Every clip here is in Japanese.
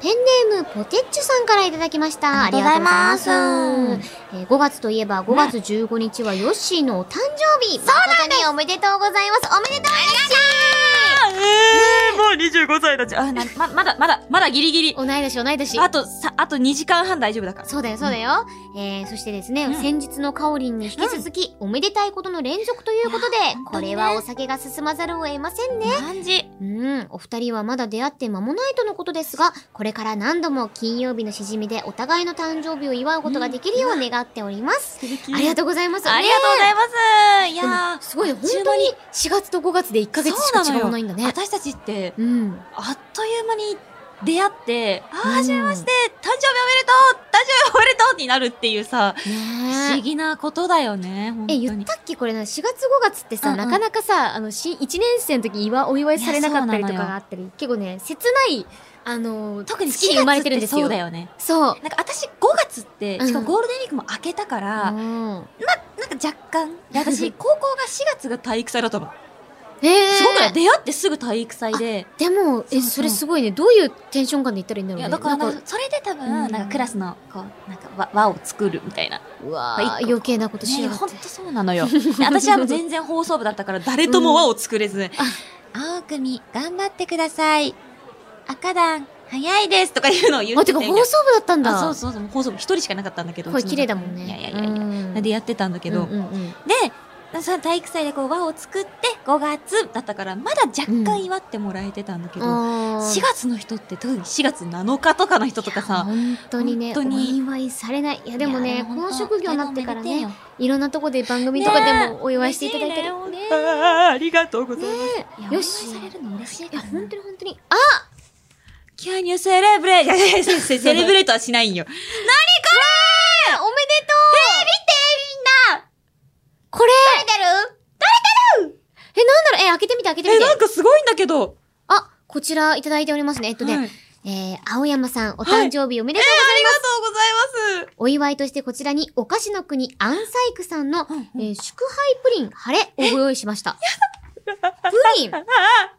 ペンネームポテッチュさんからいただきました。ありがとうございますえー5月といえば5月15日はヨッシーのお誕生日。そうなんです。おめでとうございます。おめでとうえ えもう25歳だち。あ、な、ま、まだ、まだ、まだギリギリ。ヨッシー。同い年同い年。あと、さ、あと2時間半大丈夫だから。そうだよ、そうだよ。えー、そしてですね、うん先日のカオリンに引き続き、おめでたいことの連続ということでいや、本当こにねれはお酒が進まざるを得ませんね。感じ。うん、お二人はまだ出会って間もないとのことですが、これから何度も金曜日のしじみでお互いの誕生日を祝うことができるよう願っております。ありがとうございます。ありがとうございます。いいやーすごい、本当に4月と5月で1ヶ月しか違わないんだね。私たちって、うん。あっという間に出会って、うあんー、はじめまして、誕生日おめでとう誕生日おめでとうになるっていうさ、不思ね議なことだよね、本当え。え、に。言ったっけこれな、4月5月ってさ、うんうんなかなかさ、あの、新1年生の時祝お祝いされなかったりとかがあったり、結構ね、切ない、あのー、特に月に生まれてるんですよ。そうだよね。そう。なんか私5月って、しかもゴールデンウィークも明けたから、うんなんか若干、で私高校が4月が体育祭だったの。えーすごくない出会ってすぐ体育祭で。でも、そうそえ、うそれすごいね。どういうテンション感で言ったらいいんだろいうや、ね。だからななんか、それで多分、うんなんかクラスの、こう、なんか輪、輪を作るみたいな。うわまあー一個余計なことしねようほんとそうなの よ。で私はもう全然放送部だったから、誰とも輪を作れず、青組、頑張ってください。赤団、早いですとかいうのを言あ、っててかた放んだよ送部だったんだ。あそうそうそう、放送部一人しかなかったんだけど。声うちの綺麗だもんね。いやいやいやいや。やでやってたんだけど、うんうんうんで、さ体育祭でこう輪を作って5月だったから、まだ若干祝ってもらえてたんだけど、あー4月の人って特に4月7日とかの人とかさ本当にね、本当にお祝いされない。いや、でもいやね、こ本当の職業になってから二人ねとも、いろんなとこで番組めでとてえよかでもお祝いしていただいたり。嬉しねいね本当あーありがとうございます、いやよしお祝いされるの嬉しいいかや、ら本当に本当に。あ Can you celebrate? いやいやいや セセセレブレートはしないんよおめでとうえ見てみんなこれ誰出る誰出るえ、なんだろうえ、開けてみて開けてみえて。なんかすごいんだけど、あ、こちらいただいておりますね。えっとね、はいありがとえー、青山さん、お誕生日おめでとうございます。うごお祝いとしてこちらにお菓子の国アンサイクさんの、ざいますえー祝杯プリン晴れをご用意しました。プリンえーあ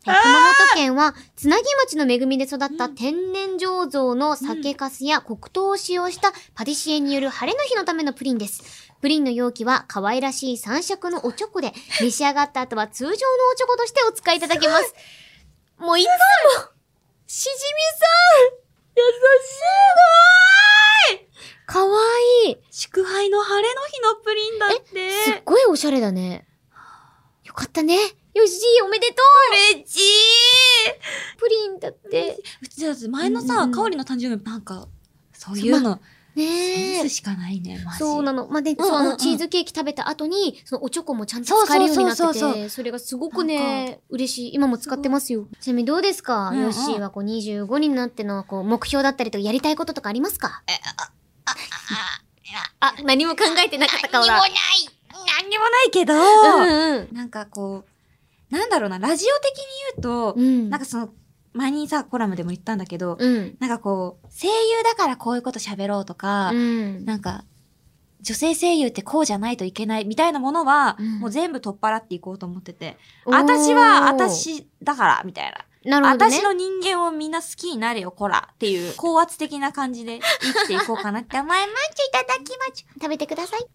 熊本県は、つなぎ町の恵みで育った天然醸造の酒粕や黒糖を使用したパティシエによる晴れの日のためのプリンです。プリンの容器は可愛らしい三色のおチョ コで、召し上がった後は通常のおチョコとしてお使いいただけます。もういつも、しじみ優しいさん、かわいい。祝杯の晴れの日のプリンだってすっごいおしゃれだね。よかったね。よし、おめでと嬉しいうプリンだって。うちだって前のさ、うんうんかおりの誕生日なんかそういうのセねンえス。しかないねマジそうなの。まあ、で、んうんそうあの、チーズケーキ食べた後に、そのおチョコもちゃんと使えるようになってて、そそうそうそうれがすごくなんね、嬉しい。今も使ってますよ。ちなみにどうですか、うんうんヨッシーはこう25になっての、こう、目標だったりとか、やりたいこととかありますかあ、何も考えてなかった顔だ。何にもないけど、うんうん。なんかこう、なんだろうな、ラジオ的に言うと、うん。なんかその、前にさ、コラムでも言ったんだけど、うん。なんかこう、声優だからこういうこと喋ろうとか、うん。なんか、女性声優ってこうじゃないといけないみたいなものは、うんもう全部取っ払っていこうと思ってて、私は私だから、みたいな。おー、なるほどね。私の人間をみんな好きになれよ、こらっていう、高圧的な感じで生きていこうかなって思います。 いただきまち食べてください。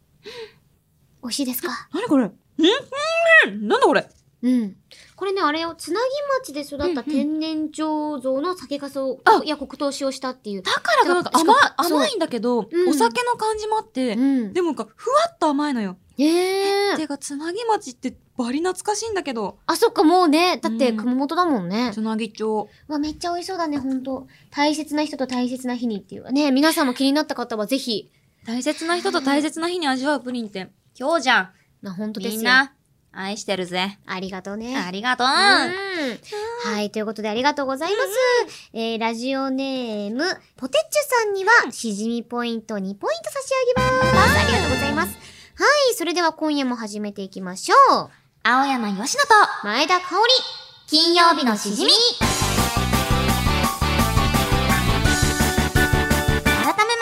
美味しいですかなにこれんうんなんだこれうん。これね、あれを、つなぎ町で育ったうんう天然醸造の酒粕を、あいや、黒糖を使用したっていう。だからかなんかしかも甘そう甘いんだけど、うんお酒の感じもあって、うん。でもなんかふわっと甘いのよ。ええてか、つなぎ町ってバリ懐かしいんだけど、あ、そっか、もうね、だってうん熊本だもんね。つなぎ町。うわ、めっちゃ美味しそうだね、ほんと。大切な人と大切な日にっていう。ね、皆さんも気になった方はぜひ。大切な人と大切な日に味わうプリンって、今日じゃん。な、ほんとですよ。みん。な、愛してるぜ。ありがとうね。ありがとう。うんはい、ということでありがとうございます。えー、ラジオネーム、ポテッチュさんには、しじみポイント2ポイント差し上げます。ありがとうございます。はい、それでは今夜も始めていきましょう。青山よしのと、前田香織、金曜日のしじみ。改めま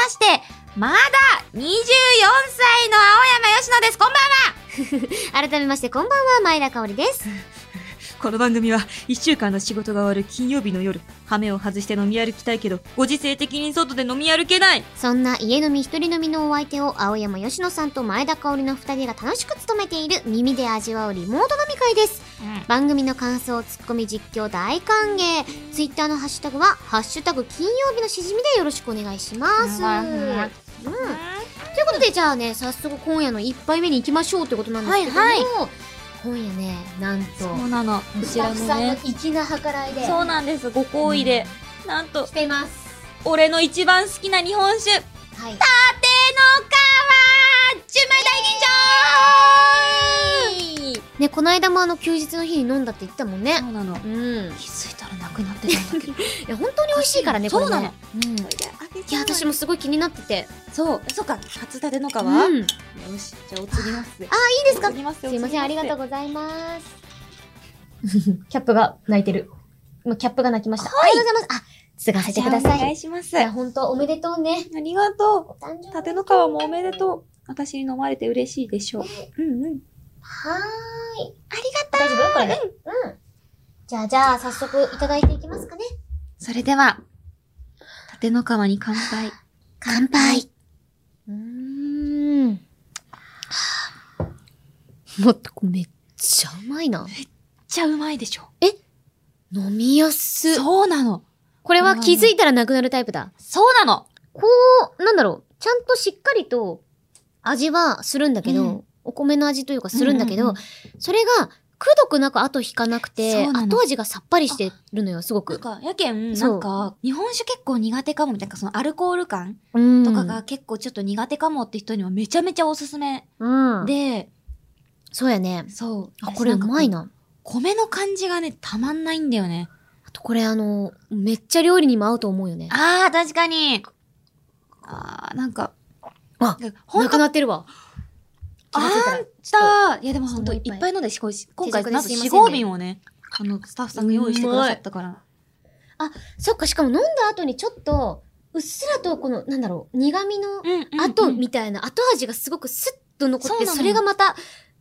して、まだ24歳の青山よしのです。こんばんは改めましてこんばんは、前田香織です。この番組は、一週間の仕事が終わる金曜日の夜、ハメを外して飲み歩きたいけど、ご時世的に外で飲み歩けないそんな家飲み一人飲みのお相手を青山吉野さんと前田香織の二人が楽しく務めている耳で味わうリモート飲み会です。番組の感想、ツッコミ、実況大歓迎。ツイッターのハッシュタグは、ハッシュタグ金曜日のしじみでよろしくお願いします。はういん。ということで、じゃあね、早速今夜の一杯目に行きましょうということなんですけども、はい今夜ね、なんと、そうなの。こスちタッらフのさんのね。粋な計らいで、そうなんです。ご好意で。なんとし、ています。俺の一番好きな日本酒、はい。立の川純米大吟醸ね、この間もあの、休日の日に飲んだって言ったもんね。そうなのうん。気づいたらなくなってたんだけど いや、本当に美味しいからね、これ、そね。うなの。うん。いや、私もすごい気になってて。そうそうか初立てのう川、ん。よいいしじゃあお釣りますいいですかりますすいません、ありがとううございます。 キャップが泣いてる。もうキャップが泣きました。ありがとうございます。あ、継がせてくだおさ願い。いしますいや、あ本当おめでとうね。りがとお誕生う日。立ての川もおめでとう私に飲まれて嬉しいでしょううんうんはーい。ありがとう。大丈夫これで。うん。じゃあ、じゃあ、早速いただいていきますかね。それでは立の川に乾 杯乾杯。うーん。もっとめっちゃうまいな。じゃうまいでしょ飲みやす。そうなのこれは気づいたらなくなるタイプだ。そうなのこう、なんだろう、ちゃんとしっかりと味はするんだけど、うんお米の味というかするんだけど、うんうんうんそれが、くどくなく後引かなくて、そうなの後味がさっぱりしてるのよ、すごなんく。か、やけん、そなうんか、日本酒結構苦手かもみたいな、そのアルコール感うんとかが、結構ちょっと苦手かもって人にはめちゃめちゃおすすめうん。で、そうやね。そう。あ、私これうまい。んかな。こう米の感じがね、たまんないんだよね。あとこれあの、めっちゃ料理にも合うと思うよね。あー、確かに。あー、なんか、あ、ほんなくと、なってるわ。気がついたらちょっあー、いやでもほんと、ちょいっといっぱいっぱい飲んで、しこいし今手作回、りなんとすいません四ね合瓶をね、あの、スタッフさんが用意してくださったから。とそっか、しかも飲んだ後にちょっと、うっすらとこの、なんだろう、苦味のうん、うん。後うんみたいな、後味がすごくスッと残っそうて、なのそれがまた、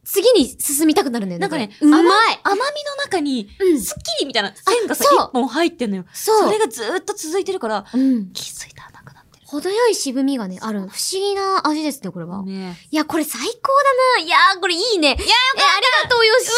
次に進みたくなるんだよね。なんかね、うまい甘みの中に、うんすっきりみたいな線がさ、そう一本入ってんのよ。そう。それがずーっと続いてるから、うん。気づいたらなくなってる。程よい渋みがね、ある。不思議な味ですね、これは。ねいや、これ最高だな。いやー、これいいね。いや、よかありがとう、よし。超う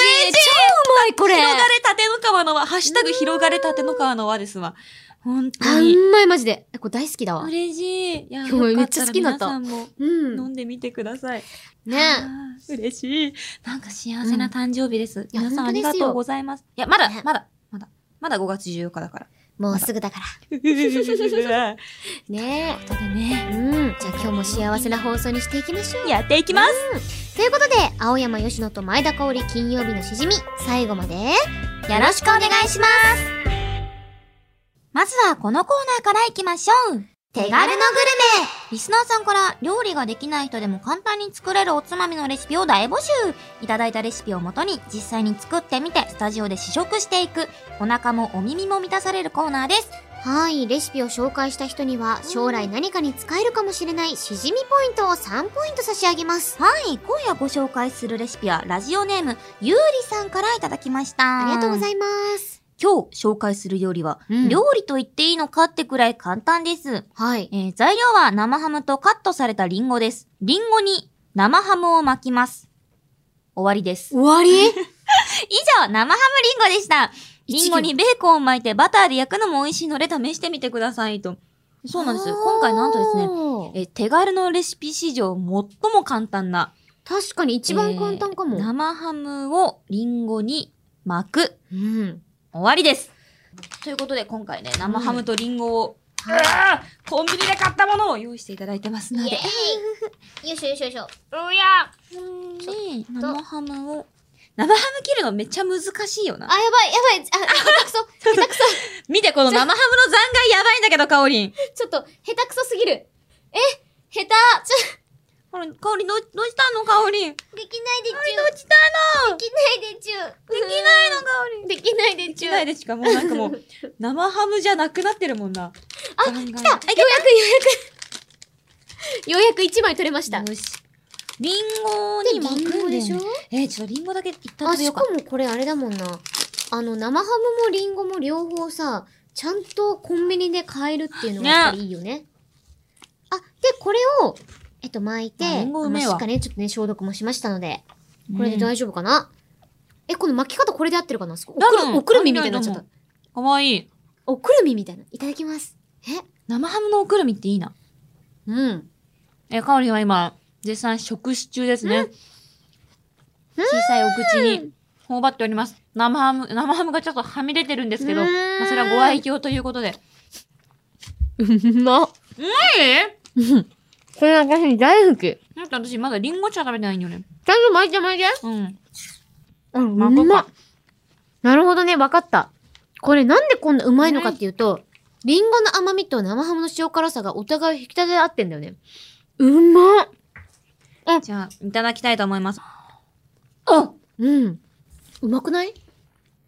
まい、これ。広がれたての川の輪、ハッシュタグ広がれたての川の輪ですわ。本当あに。んまい、マジで。これ大好きだわ。嬉しい。いや、すごいよかめっちゃ好きになったら皆さんもう飲ん。んでみてください。ねあー嬉しい。なんか幸せな誕生日です。いや皆さんあ本当でりすよがとうございます。いや、まだね、まだ、まだ、まだ5月14日だ から。もうすぐだから。というねことでね、うん。じゃあ今日も幸せな放送にしていきましょう。やっていきます。ということで、青山吉野と前田香織金曜日のしじみ、最後まで、よろしくお願いします。まずはこのコーナーからいきましょう。手軽のグルメリスナーさんから料理ができない人でも簡単に作れるおつまみのレシピを大募集いただいたレシピをもとに実際に作ってみてスタジオで試食していくお腹もお耳も満たされるコーナーですはい、レシピを紹介した人には、将来何かに使えるかもしれないしじみポイントを3ポイント差し上げます。はい今夜ご紹介するレシピはラジオネームゆうりさんからいただきましたありがとうごいまざすいます。今日紹介する料理は、うん料理と言っていいのかってくらい簡単ですはい。えー材料は生ハムとカットされたリンゴですリンゴに生ハムを巻きます終わりです終わり以上、生ハムリンゴでした。リンゴにベーコンを巻いてバターで焼くのも美味しいので試してみてくださいと。そうなんです。今回なんとですね、ね。え手軽のレシピ史上最も簡単な。確かに一番簡単かも。えー生ハムをリンゴに巻く。うん。終わりです。ということで今回ね、生ハムとリンゴを、うわーコンビニで買ったものを用意していただいてますので。イよいしょよいしょよいしょ。うやちょで、生ハムを、生ハム切るのめっちゃ難しいよなあ、。やばい、やばい。あ、下手くそ。下手く そ。見て、この生ハムの残骸やばいんだけど、かおりん。ちょっと、下手くそすぎる。え、下手。ちょ、ほら、かおりんどう、どうしたのかおりん。できないでちゅ。うしたのできないでちゅ。できないのかおりん。できないででちゅ。きないでしか、もうなんかもう、 生ハムじゃなくなってるもんな。あ、来来たようやくようやく。ようやく1枚取れました。よし。リンゴに巻くんでしょでリンゴでしょえー、ちょっとリンゴだけ一旦あ、食べよしうかか。もこれあれだもんな。あの、生ハムもリンゴも両方さ、ちゃんとコンビニで買えるっていうのがねやっぱりいいよね。あ、で、これを、えっと、巻いて、あリンゴうめえあのわしっかりね、ちょっとね、消毒もしましたので、これで大丈夫かな、え、この巻き方これで合ってるかなすごいお多く分る、おくるみみたいになっちゃっ合たって。かわいい。おくるみみたいな。いただきます。え生ハムのおくるみっていいな。うん。え、かおりんは今、絶賛食事中ですね。小さいお口に頬張っております。生ハム、生ハムがちょっとはみ出てるんですけど、うーんまあ、それはご愛嬌ということで。 うまっ。えこれ私大好き。なんか私まだリンゴ茶食べてないんだよね。ちゃんと巻いて巻いて。うん。うん、まあうこうまかっ。なるほどね、わかった。これなんでこんなうまいのかっていうと、リンゴの甘みと生ハムの塩辛さがお互い引き立て合ってんだよね。うまっ。じゃあ、いただきたいと思います。あうん。うまくないこ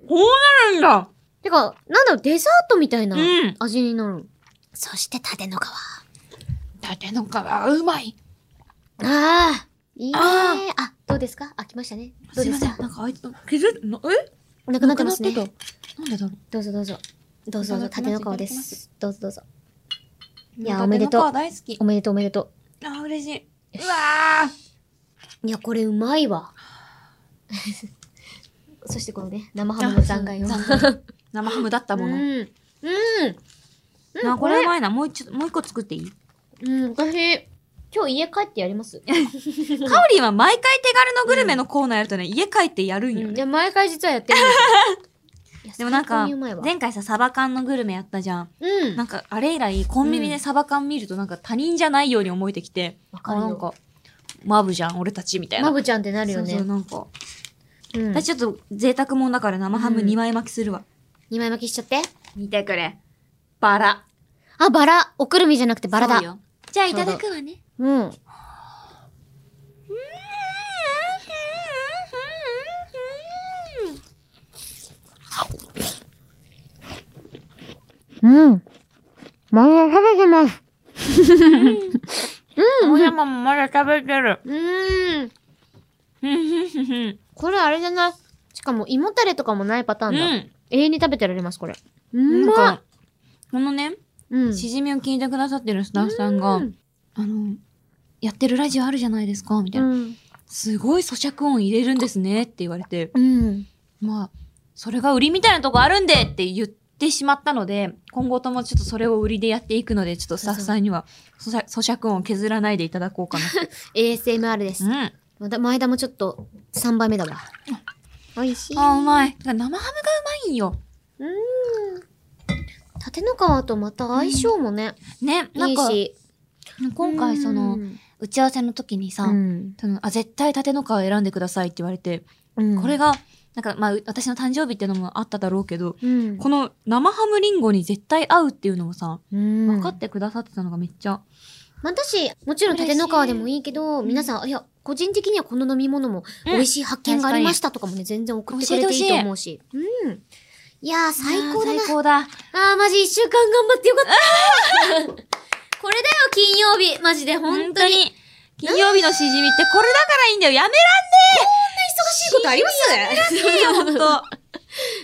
うなるんだてか、なんだろう、デザートみたいなうん味になる。そして、縦の皮。あ縦の皮、うまいあ、いいねーああ、どうですか開きましたね。どうすいでますせん。かなんかあいつ、削るの、えなくなってますね。なくなってたなんでだろどうぞどうぞ。どうぞどうぞ、いただ縦きますの皮です。どうぞどうぞ。う。いやおめでとう縦の皮大好きお。めでとうおめでとあ、嬉しい。ようしわーう。いや、これうまいわ。 そしてこのね、生ハムの残骸を。あそう残生ハムだったうもん。の。うん。うんあ、これうまいな。もう一、もう一個作っていいうん、私、今日家帰ってやります。カオリンは毎回手軽のグルメのコーナーやるとね、家帰ってやるんようん、ねい。や、毎回実はやってるんですよ いやでもなん最か高にうまい、わ前回さ、サバ缶のグルメやったじゃん。うん。なんか、あれ以来、コンビニでサバ缶見るとなんか他人じゃないように思えてきて、わかあるなんよ。か、マブじゃん、俺たち、みたいな。マブちゃんってなるよね。そうそう、なんか。うん私ちょっと贅沢もんだから生ハムうん2枚巻きするわ。二枚巻きしちゃって。見てくれ。バラ。あ、バラ。おくるみじゃなくてバラだそう。よ。じゃあいただくわね。うん。うん。まだ食べてます。お山もまだ食べてる。うーん。うん。これあれじゃないしかも、胃もたれとかもないパターンだ。永遠に食べてられます、これ。うなんまっか、このね、うん。しじみを聞いてくださってるスタッフさんが、うんあの、やってるラジオあるじゃないですか、みたいうな。ん。すごい咀嚼音入れるんですねって言われて、うん。まあ、それが売りみたいなとこあるんでって言ってしまったので、今後ともちょっとそれを売りでやっていくので、ちょっとスタッフさんには咀嚼音を削らないでいただこ うかなって。 ASMR ですう。ん。また前田もちょっと3倍目だわ。美味しい。あ、うまい。てか生ハムがうまいんよ。縦の皮とまた相性もね、ね、ないんいか、し。今回そのう、ん打ち合わせの時にさ、うんそのあ、絶対縦の皮選んでくださいって言われて、うんこれが、なんか、まあ、う私の誕生日ってのもあっただろうけど、うんこの生ハムリンゴに絶対合うっていうのをさ、うん分かってくださってたのがめっちゃ、まあ私、もちろん縦の皮でもいいけど、い皆さん、いや、個人的にはこの飲み物も美味しい発見がありましたとかもね、全然送ってくれていいと思うし。うん。いやー、最高だあーな。最高だ。あー、マジ一週間頑張ってよかった。 これだよ、金曜日。マジで、本当に。本当に。金曜日のしじみってこれだからいいんだよ。やめ忙しいことありますらんねえよ、ほんと。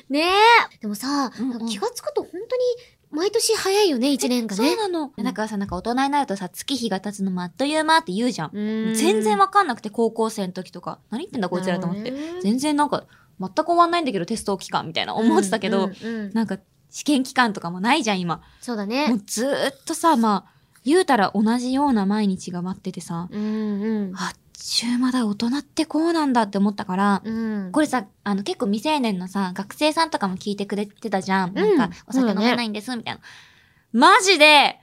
ねえ。でもさ、うんうん気がつくと本当に毎年早いよね、一年がそうね。なの。うんだからさ、なんか大人になるとさ、月日が経つのもあっという間って言うじゃん。全全然わかんなくて、高校生の時とか、何言ってんだこいつらと思って。全然なんか、全く終わんないんだけど、テスト期間みたいな思ってたけど、うんうんうんなんか、試験期間とかもないじゃん、今。そうだもねう。ずーっとさ、まあ、言うたら同じような毎日が待っててさ、うんうん。あっちゅう間だ、大人ってこうなんだって思ったから、うん。これさ、あの結構未成年のさ、学生さんとかも聞いてくれてたじゃん。うんなんか、おそう酒だ飲ねめないんです、みたいな。マジで、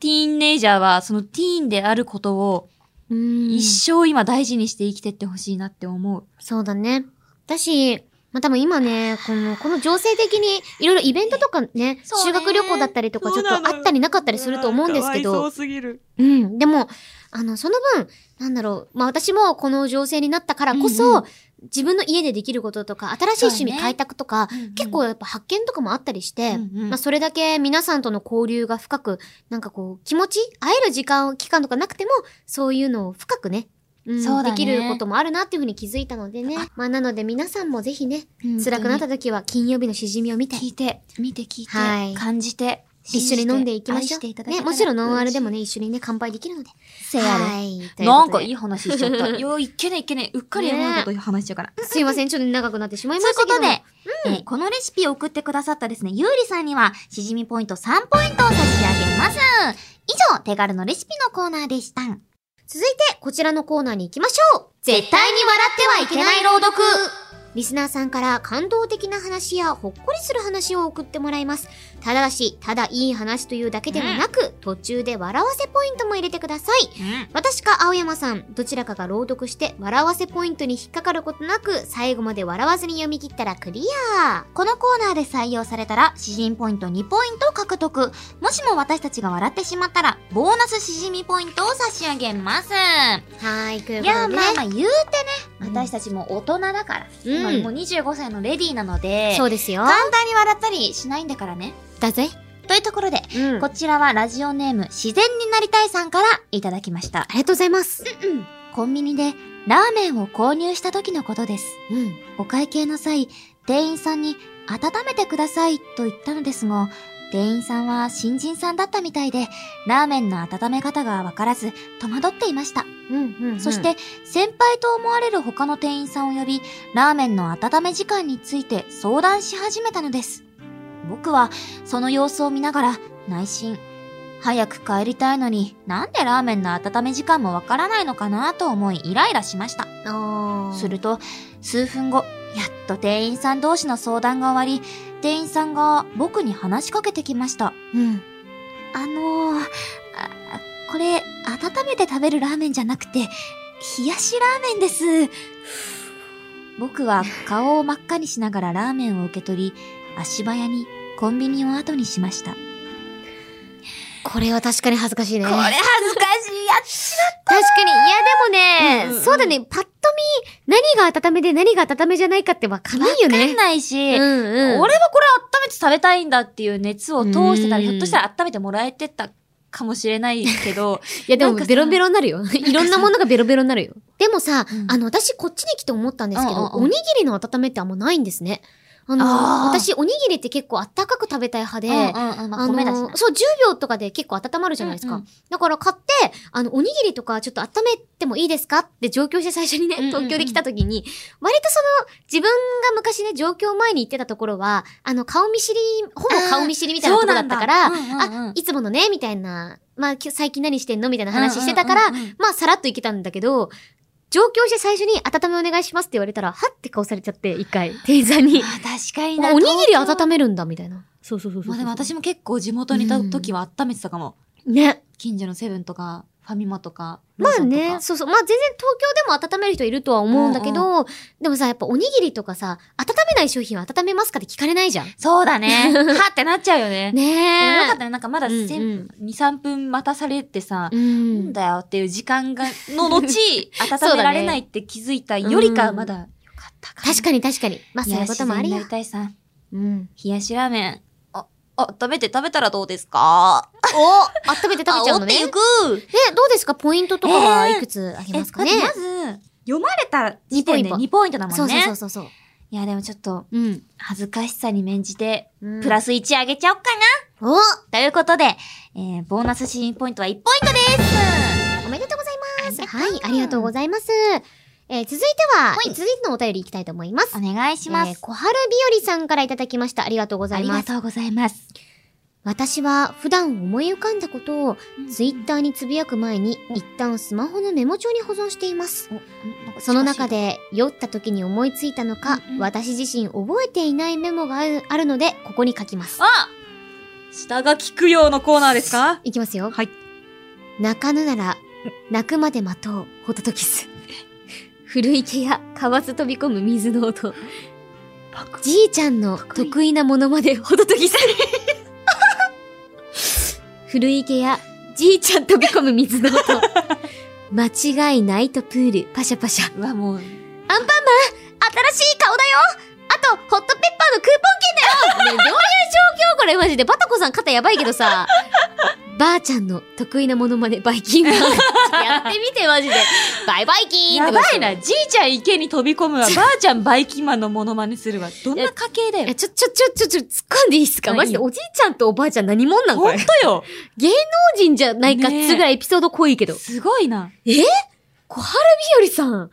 ティーンネイジャーは、そのティーンであることを、うん一生今大事にして生きてってほしいなって思う。そうだね。だし、まあ、多分今ね、この、この情勢的に、いろいろイベントとかね、そう修ね学旅行だったりとか、ちょっとあったりなかったりすると思うんですけど、すぎる。うん。でも、あの、その分、なんだろう、まあ、私もこの情勢になったからこそ、うんうん自分の家でできることとか、新しい趣そう味ね開拓とか、結構うんやっぱ発見とかもあったりして、うんうんまあ、それだけ皆さんとの交流が深く、なんかこう、気持ち、会える時間、期間とかなくても、そういうのを深くね、うんそうだねできることもあるなっていうふうに気づいたのでね。まあなので皆さんもぜひね、辛くなった時は金曜日のしじみを見て、聞いて、見て聞いて、はい感じて、一緒に飲んでいきましょ信じて愛していたう。だけね、たもちろんノンアルでもね。ね、一緒にね、乾杯できるので。せやで。い。なんかいいい。話しち ゃった。いや、いけねいけね。うっかりやばいこと話しちゃうから。すいません、ちょっと長くなってしまいといまうしたこけどとも。で、えーこのレシピを送ってくださったですね、ゆうりさんには、しじみポイント3ポイントを差し上げます。以上、手軽のレシピのコーナーでした。続いて、こちらのコーナーに行きましょう絶対に笑ってはいけない朗読リスナーさんから感動的な話やほっこりする話を送ってもらいます。ただし、ただいい話というだけではなく、途中で笑わせポイントも入れてください。私か青山さん、どちらかが朗読して、笑わせポイントに引っかかることなく、最後まで笑わずに読み切ったらクリア。このコーナーで採用されたら、詩人ポイント2ポイントを獲得。もしも私たちが笑ってしまったら、ボーナスしじみポイントを差し上げます。はーい、といういことや、で、ね。まあまあ言うてね、うん私たちも大人だから、うん今もう25歳のレディーなので、そうですよ。簡単に笑ったりしないんだからね。だぜ。というところで、うん。こちらはラジオネーム自然になりたいさんからいただきましたあ。りがとうございます。コンビニでラーメンを購入した時のことです。うん。お会計の際、店員さんに温めてくださいと言ったのですが、店員さんは新人さんだったみたいで、ラーメンの温め方がわからず戸惑っていました。うん、うん。そして、先輩と思われる他の店員さんを呼び、ラーメンの温め時間について相談し始めたのです。僕は、その様子を見ながら、内心、早く帰りたいのに、なんでラーメンの温め時間もわからないのかなと思い、イライラしました。あーすると、数分後、やっと店員さん同士の相談が終わり、店員さんが僕に話しかけてきました。うん。あのー、あこれ、温めて食べるラーメンじゃなくて、冷やしラーメンです。僕は顔を真っ赤にしながらラーメンを受け取り、足早にコンビニを後にしました。ここれは確かに恥ずかしいね。れ恥ずかしいやつ。確かに。いや、でもね、うんうんうんそうだね、パッと見、何が温めで何が温めじゃないかってわかんないよわかんね。ないし、うんうん。俺はこれ温めて食べたいんだっていう熱を通してたら、うんひょっとしたら温めてもらえてたかもしれないけど、いや、でもなんかさベロベロになる よ。いろんなものがベロベロになるよ。でもさ、うんあの、私こっちに来て思ったんですけど、うんうんうんおにぎりの温めってあんまないんですね。あの、あー私おにぎりって結構あったかく食べたい派で、うんうんまあ、米だしなのそう、10秒とかで結構温まるじゃないですか。うんうんだから買って、あの、おにぎりとかちょっと温めてもいいですかって上京して最初にねうんう、んうん東京で来た時に、割とその、自分が昔ね、上京前に行ってたところは、あの、顔見知り、ほぼ顔見知りみたいなところだったから、そうなんだうんうんうんあ、いつものね、みたいな、まあ、き最近何してんのみたいな話してたから、うんうんうんうんまあ、さらっと行けたんだけど、上京して最初に温めお願いしますって言われたら、はって顔されちゃって、一回、店員さんに。あ確かにな。おにぎり東京温めるんだ、みたいな。そうそうそうそう。まあでも私も結構地元にいた時は温めてたかも。ね。近所のセブンとか、ファミマとか、ロまあーソンとか。ね、そうそう。まあ全然東京でも温める人いるとは思うんだけど、でもさ、やっぱおにぎりとかさ、温めない商品は温めますかって聞かれないじゃん。そう だね。はってなっちゃうよね。ねでもえ。よかったね。なんかまだうんうんせん2、3分待たされてさ、うなんん。だよっていう時間が、の後、温められないって気づいたよりか、まだ、よかったか な。確かに確かに。まあいそうやいうこともあり自然になより。たいさ。うん。冷やしラーメン。あ、あ、食べて食べたらどうですかお温めて食べちゃうのね。あおってゆね、くどうですかポイントとかはいくつありえますかね、だってまず、読まれた時点で2 2ポイントだもんね。そうそうそうそうそう。いや、でもちょっと、うん。恥ずかしさに免じて、うんプラス1あげちゃおっかな、おということで、えー、ボーナスシーンポイントは1ポイントですおめでとうございます。ありがとうはい、ありがとうございます。えー続いては、続いてのお便りいきたいと思います。お願いします。えー小春日和さんからいただきました。ありがとうござあいりまがす。とうございます。私は普段思い浮かんだことをツイッタターにつぶやく前にうん一旦スマホのメモ帳に保存しています。ーその中、で酔った時に思いついたのかうんう、ん私自身覚えていないメモがあるあるので、ここに書きます。あ下が聞くようのコーナーですかいきますよ。はい。泣かぬなら、泣くまで待とう、ホトトキス。 古池や河津飛び込む水の音。じいちゃんの得意なものまでほどとぎされ。 古池やじいちゃん飛び込む水の音。間違いないとプール、パシャパシャ。うわ、もう、アンパンマン新しい顔だよあと、ホットペッパーのクーポン券だよねどういう状況これマジで。バタコさん肩やばいけどさ。ばあちゃんの得意なモノマネ、バイキンマン。やってみて、マジで。バイバイキーンやとかばですいよな、じいちゃん池に飛び込むわ、ばあちゃんバイキンマンのモノマネするわ。どんな家系だえ、よ。ちょ、ちょ、ちょ、ちょ、ちょ、突っ込んでいいですか何マジで、おじいちゃんとおばあちゃん何者なんこほんれ。芸とよ能人じゃないかっつうぐらいエピソード濃いけど。すごいな。小春日和さん。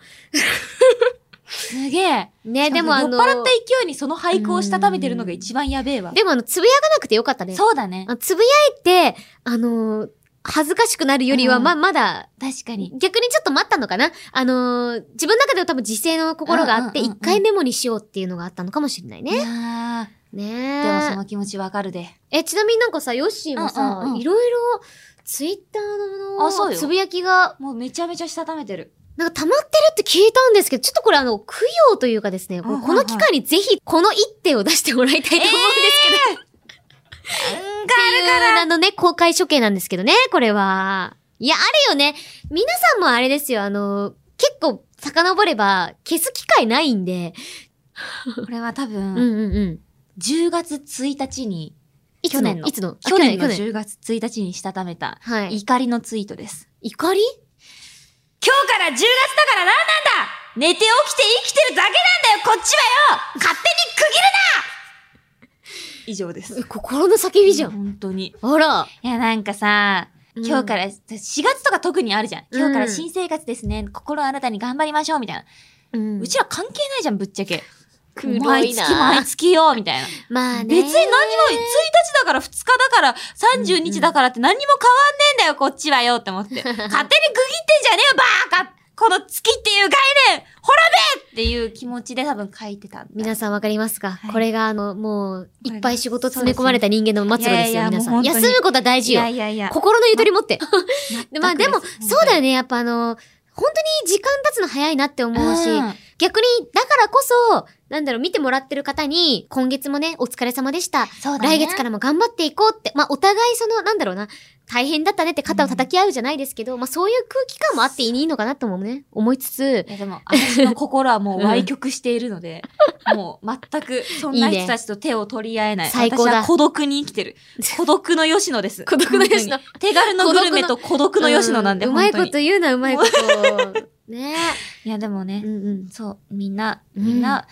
すげえ。ね、でもあの、酔っ払った勢いにその俳句をしたためてるのが一番やべえわ。でもあの、つぶやかなくてよかったね。そうだね。あつぶやいて、あのー恥ずかしくなるよりは、うんま、まだ、確かに。逆にちょっと待ったのかなあのー自分の中では多分自制の心があって、うんうんう一ん回メモにしようっていうのがあったのかもしれないいね。やーねでもそえ。の気持ちわかるで。え、ちなみになんかさ、ヨッシーもさうんうんう、んいろいろ、ツイッターあそうのよつぶやきが、もうめちゃめちゃしたためてる。なんか溜まってるって聞いたんですけど、ちょっとこれあの、供養というかですね、うんうんうんこの機会にぜひ、この一手を出してもらいたいと思うんですけど、っていうあのね、公開処刑なんですけどね、これは。いや、あれよね。皆さんもあれですよ、あの、結構遡れば消す機会ないんで。 これは多う分、んうんうん。 10月1日に、いつ去の年のいつのあ去年の去年。 10月1日にしたためた、はい。怒りのツイートです。怒り今日から10月だから何なんだ寝て起きて生きてるだけなんだよこっちはよ勝手に区切るな以上です。心の叫びじゃん。本当に。あら。。いや、なんかさ、今日からら、4月とか特にあるじゃん。今日から新生活ですね。心新たに頑張りましょう、みたいな。うんうちら関係ないじゃん、ぶっちゃけ。黒いな毎月毎月よ、みたいな。まあね。別 に何も、1日だから2日だから30日だからって何にも変わんねえんだよ、こっちはよって思って。勝手に区切ってんじゃねえよ、バーカこの月っていう概念ほらべっていう気持ちで多分書いてたんだ。皆さんわかりますか、はいこれがあの、もう、こいれっぱい仕事詰め込まれた人間の末路ですよ、いやいや皆さもん。う本当休にむことは大い事やよ。いやいや。心のゆとり持って。でまあ全くでも、すそうだよね。やっぱあの、本当に時間経つの早いなって思うし、うん逆に、だからこそ、なんだろう、見てもらってる方に、今月もね、お疲れ様でした。そうだ来ね月からも頑張っていこうって、まあお互いその、なんだろうな、大変だったねって肩を叩き合うじゃないですけど、まあそういう空気感もあっていいのかなともね、思いつつ、いやでも、私の心はもう歪曲しているので、 もう全くそんないいね人たちと手を取り合えない。最高だ私は孤独に生きて る。孤独の吉野です。孤独の吉野本当に。手軽のグルメと孤独の吉野なんで、ううま本い当こにと言うな、うまいこと。ねいやでもね う、んうん。そう、みんな、うんみんな、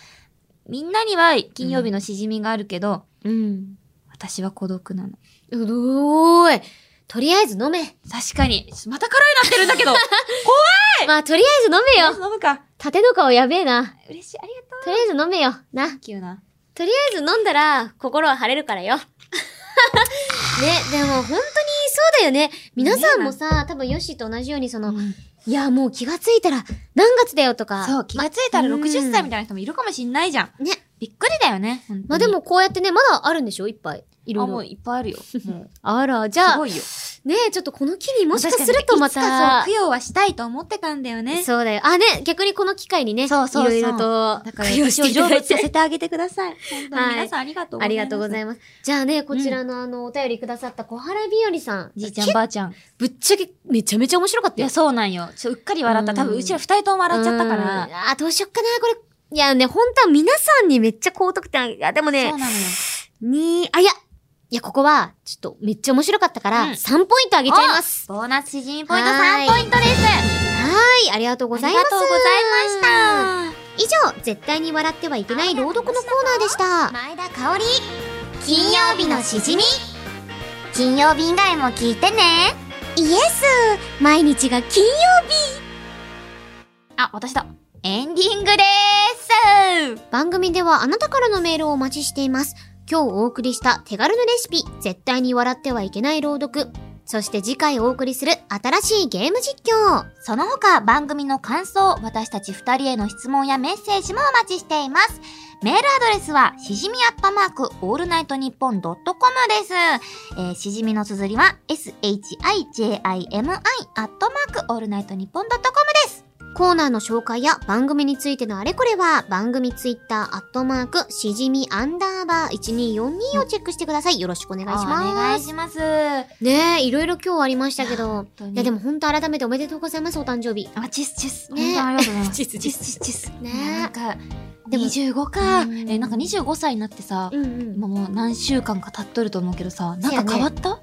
みんなには金曜日のしじみがあるけど、うん。私は孤独なの。うどーい。とりあえず飲め。確かに。また辛いなってるんだ けど。まあとりあえず飲めよ。飲むか。縦の顔やべえな。嬉しい。ありがとう。とりあえず飲めよ。な。急な。とりあえず飲んだら、心は晴れるから よ。ね、でも本当にそうだよね。皆さんもさ、多分ヨッシーと同じようにその、いやもう気がついたら何月だよとか。そう、気がついたらうん60歳みたいな人もいるかもしんないじゃん。ね。びっくりだよね。本当にまあで、もこうやってね、まだあるんでしょいっぱい。いろあ、いもろう。いっぱい あるよ。もう、あら、じすゃあご、いよ。ねえ、ちょっとこの機にもしかするとま確かたにいつかそう、。供養はしたいと思ってたんだよね。そうだよ。あ、ね、逆にこの機会にね、いそうそうそうろいろとだ、から、供養一し応ていた成だ仏いさて。せてあげてくださ い。本当にはい皆さんありがとうございます。ありがとうございまます。じゃあね、こちらのあの、お便りくださった小原日和さん。じいちゃんばあちゃん。ぶっちゃけ、めちゃめちゃ面白かったいよや、。そうなんよ。ちょ、うっかり笑った。うん多分、うちら二人とも笑っちゃったかうらん。あー、どうしよっかな、これ。いやね、本当は皆さんにめっちゃ高得点。いや、でもそうねな、のよ。に、あ、いや、いや、ここは、ちょっとめっちゃ面白かったから、うん3ポイントあげちゃいます。ボーナスしじみポイントはーい3ポイントです。はい、ありがとうございます。ありがとうございまし以上、絶対に笑ってはいけない朗読のコーナーでした。前田香織金曜日のしじみ金曜日以外も聞いてねイエス毎日が金曜た。あ、私だ。エンディングです番組ではあなたからのメールをお待ちしています。今日お送りした手軽なレシピ、絶対に笑ってはいけない朗読。そして次回お送りする新しいゲーム実況。その他番組の感想私たち2人への質問やメッセージもお待ちしていますメールアドレスはしじみアッパマークオールナイトニッポンドットコムです、えーしじみの綴りは SHIJIMI アットマークオールナイトニッポンドットコムですコーナーの紹介や番組についてのあれこれは番組ツイッターアットマークしじみアンダーバー1242をチェックしてください。よろしくお願いします。お願いします。本ねえ、いろいろ今日ありましたけど。当いにやでも本当改めておめでとうございます、お誕生日。あ、チスチス。ね本当にありがとうございます。チスチスチス。ねなんか、でも25か。うんえ、なんか25歳になってさ、うんうん。今もう何週間か経っとると思うけどさ、なんか変わった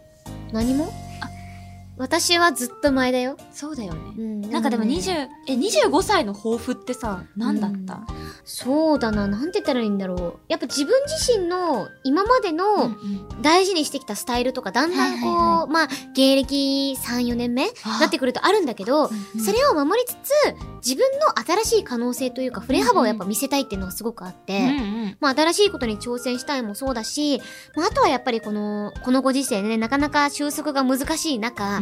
何もあ私はずっと前だよ。そうだよね。ん、なんかでもね20、え、25歳の抱負ってさ、何だった、そうだな、なんて言ったらいいんだろう。やっぱ自分自身の今までうんうのん大事にしてきたスタイルとか、だんだんこう、はいはまあ、芸歴3、4年目あなってくるとあるんだけど、それを守りつつ、自分の新しい可能性というか、振れ幅をやっぱ見せたいっていうのがすごくあって、うんうんまあ、新しいことに挑戦したいもそうだし、まあ、あとはやっぱりこの、このご時世ね、なかなか収束が難しい中、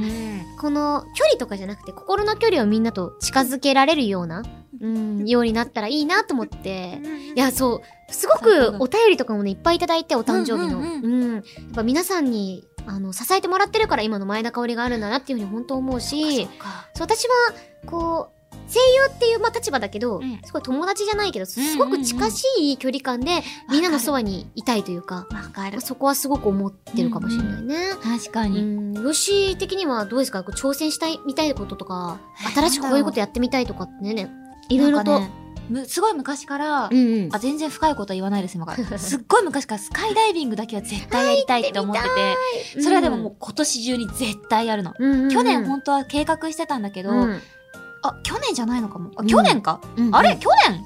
この距離とかじゃなくて、心の距離をみんなと近づけられるような、うん、ようになったらいいなと思って、いや、そう、すごくお便りとかもね、いっぱいいただいて、お誕生日の。ううんんうやっぱ皆さんに、あの、支えてもらってるから、今の前田香織があるんだなっていうふうに本当思うし、そうかそう、私は、こう、声優っていう、まあ、立場だけど、うんすごい友達じゃないけど、うんうんすごく近しい距離感で、みんなのそばにいたいというか、わかるまあ。そこはすごく思ってるかもしれないね。確かうに。ん、よし的にはどうですかこう挑戦したい、みたいなこととか、新しくこういうことやってみたいとかってね、いろいろなと。んかねむすごい昔から、うんうんあ、全然深いこと言わないです、今から。すっごい昔からスカイダイビングだけは絶対やりたいって思ってて、それはでももう今年中に絶対やるの。うんうんうん、去年本当は計画してたんだけど、うんあ、去年じゃないのかも。あうん去年か、うんあれ去年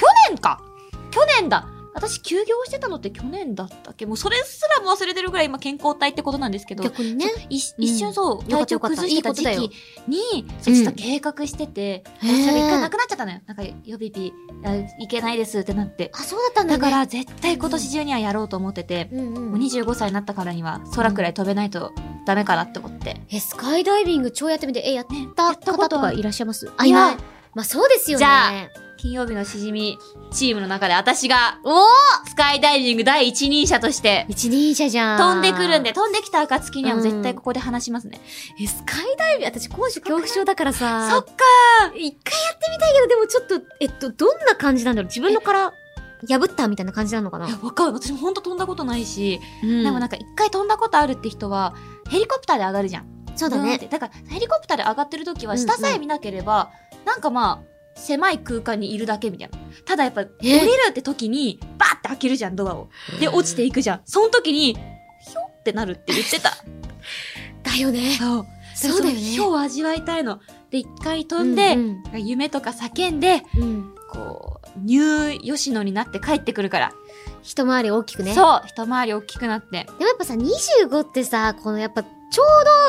去年か去年だ私休業してたのって去年だったっけもうそれすらも忘れてるぐらい今健康体ってことなんですけど、逆にね。いし一瞬そう、ん体調崩してた時期よかったよかに、そうちょっと計画してて、うん私は一へ回えなくなっちゃったのよ。なんか予備日、あいけないですってなって。あ、そうだったんだ、だね。から絶対今年中にはやろうと思ってて、うんもう、うん25歳になったからには空くらい飛べないとダメかなって思って。え、スカイダイビング超やってみて、え、やっね、やたった方こととはかいらっしゃいますいやいまあそうですよね。じゃあ金曜日のしじみチームの中で私が、おおスカイダイビング第一人者として、一人者じゃん。飛んでくるんで、。飛んできた暁には絶対ここで話しますね。え、スカイダイビング、私高所恐怖症だからさ。そっか一回やってみたいけど、でもちょっと、えっと、どんな感じなんだろう自分の殻破ったみたいな感じなのかな、いや、わかる。私もほんと飛んだことないし、うんでもなんか一回飛んだことあるって人は、ヘリコプターで上がるじゃん。そうだブーンっねて。だから、ヘリコプターで上がってる時は、下さえ見なければ、なんかまあ、狭い空間にいるだけみたいな。ただやっぱ、降りえるって時に、バーって開けるじゃん、ドアを。で、落ちていくじゃん。その時に、ひょってなるって言ってた。だよね。そう。そうだよね。ひょを味わいたいの。で、一回飛んで、うん夢とか叫んで、うんうんこう、ニュー吉野になって帰ってくるから。一回り大きくね。そう、一回り大きくなって。でもやっぱさ、25ってさ、このやっぱ、ちょ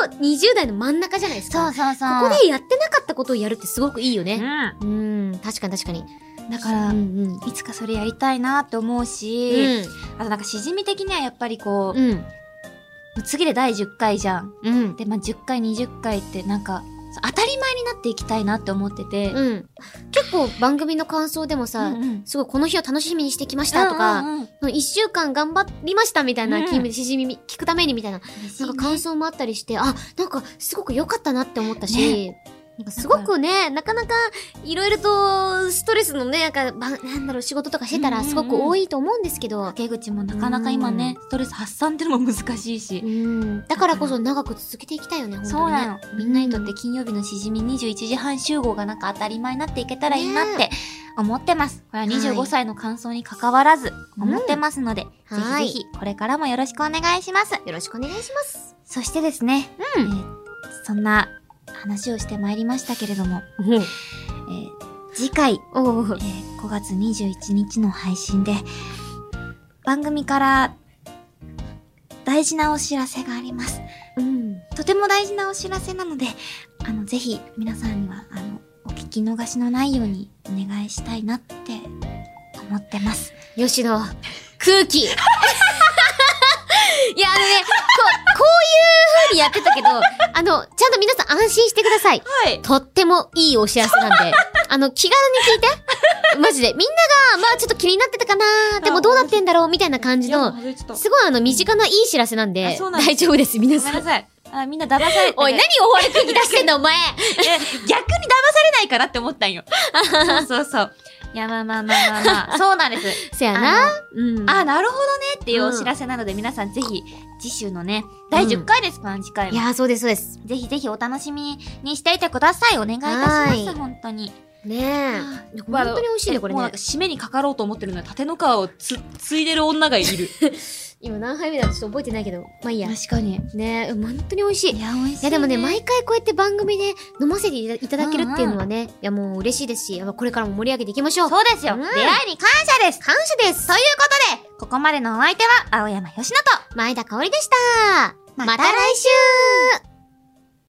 うど20代の真ん中じゃないですそか。うそうそう。ここでやってなかったことをやるってすごくいいようん。ね。うん、確かに確かに。だから、うんうん。いつかそれやりたいなって思うし、あとなんかしじみ的にはやっぱりこう、うん。次で第10回じゃん。うん。で、まあ、10回、20回ってなんか、当たり前になっていきたいなって思ってて。うん。結構番組の感想でもさ、うんうんすごいこの日を楽しみにしてきましたとか、うんうんうんその一週間頑張りましたみたいな、うんキームでしじみ聞くためにみたいな、嬉しいなねんか感想もあったりして、あ、なんかすごく良かったなって思ったし、なんかすごくね、なかなかいろいろとストレスのね、なんか、ばなんだろう、仕事とかしてたうんらうんうんすごく多いと思うんですけど、竹口もなかなか今ね、ストレス発散ってのも難しいしう。ん、だからこそ長く続けていきたいよね、本当に、ね。そうなの。みんなにとっうてん金曜日のしじみ21時半集合がなんか当たり前になっていけたらいいなって思ってます。これは25はい歳の感想に関わらず思ってますので、うんぜひぜひこれからもよろしくお願いします。よろしくお願いします。そしてですね、えーそんな話をしてまいりましたけれども、えー次回、おうえー5月21日の配信で番組から大事なお知らせがあります。うん。とても大事なお知らせなので、あの、ぜひ皆さんには、あの、お聞き逃しのないようにお願いしたいなって思ってます。吉野、空気。い や、あのね、こう、こういう風にやってたけど、あの、ちゃんと皆さん安心してください。はい。とってもいいお知らせなんで、あの、気軽に聞いて。マジで。みんなが、まあちょっと気になってたかなでもどうなってんだろうみたいな感じの、ちょっとすごいあの、身近ないい知らせなんあで、そうなんです大丈夫です、皆ごめんさ。なんさい。あ、みんな騙され て。おい、何を終わる空気出してんだ、お前。いや逆に騙されないからって思ったん よ。そうそうそう。いや、まあまあまあまあ まあ。そうなんです。せやな。うん。あ、なるほどねっていうお知らせなので、皆さんぜひ、次週のね、第10回ですか、次回いも。やー、そうです、そうです。ぜひぜひお楽しみにしていてください。お願いいたしまはす、い本当に。ねえ。本当に美味しいね、これもうなねんか。締めにかかろうと思ってるのに、縦の皮をつ、ついでる女がいる。今何杯目だかちょっと覚えてないけど、まあいいや。確かに。ねえ、うん本当に美味しい。いいや、美味しい、やでもね、毎回こうやって番組で飲ませていたいただけるっていうのはね、いやもう嬉しいですし、やっぱこれからも盛り上げていきましょう。そうですよ、うん出会いに感謝です感謝ですということで、ここまでのお相手は、青山よしのと、前田香織でしたまた来週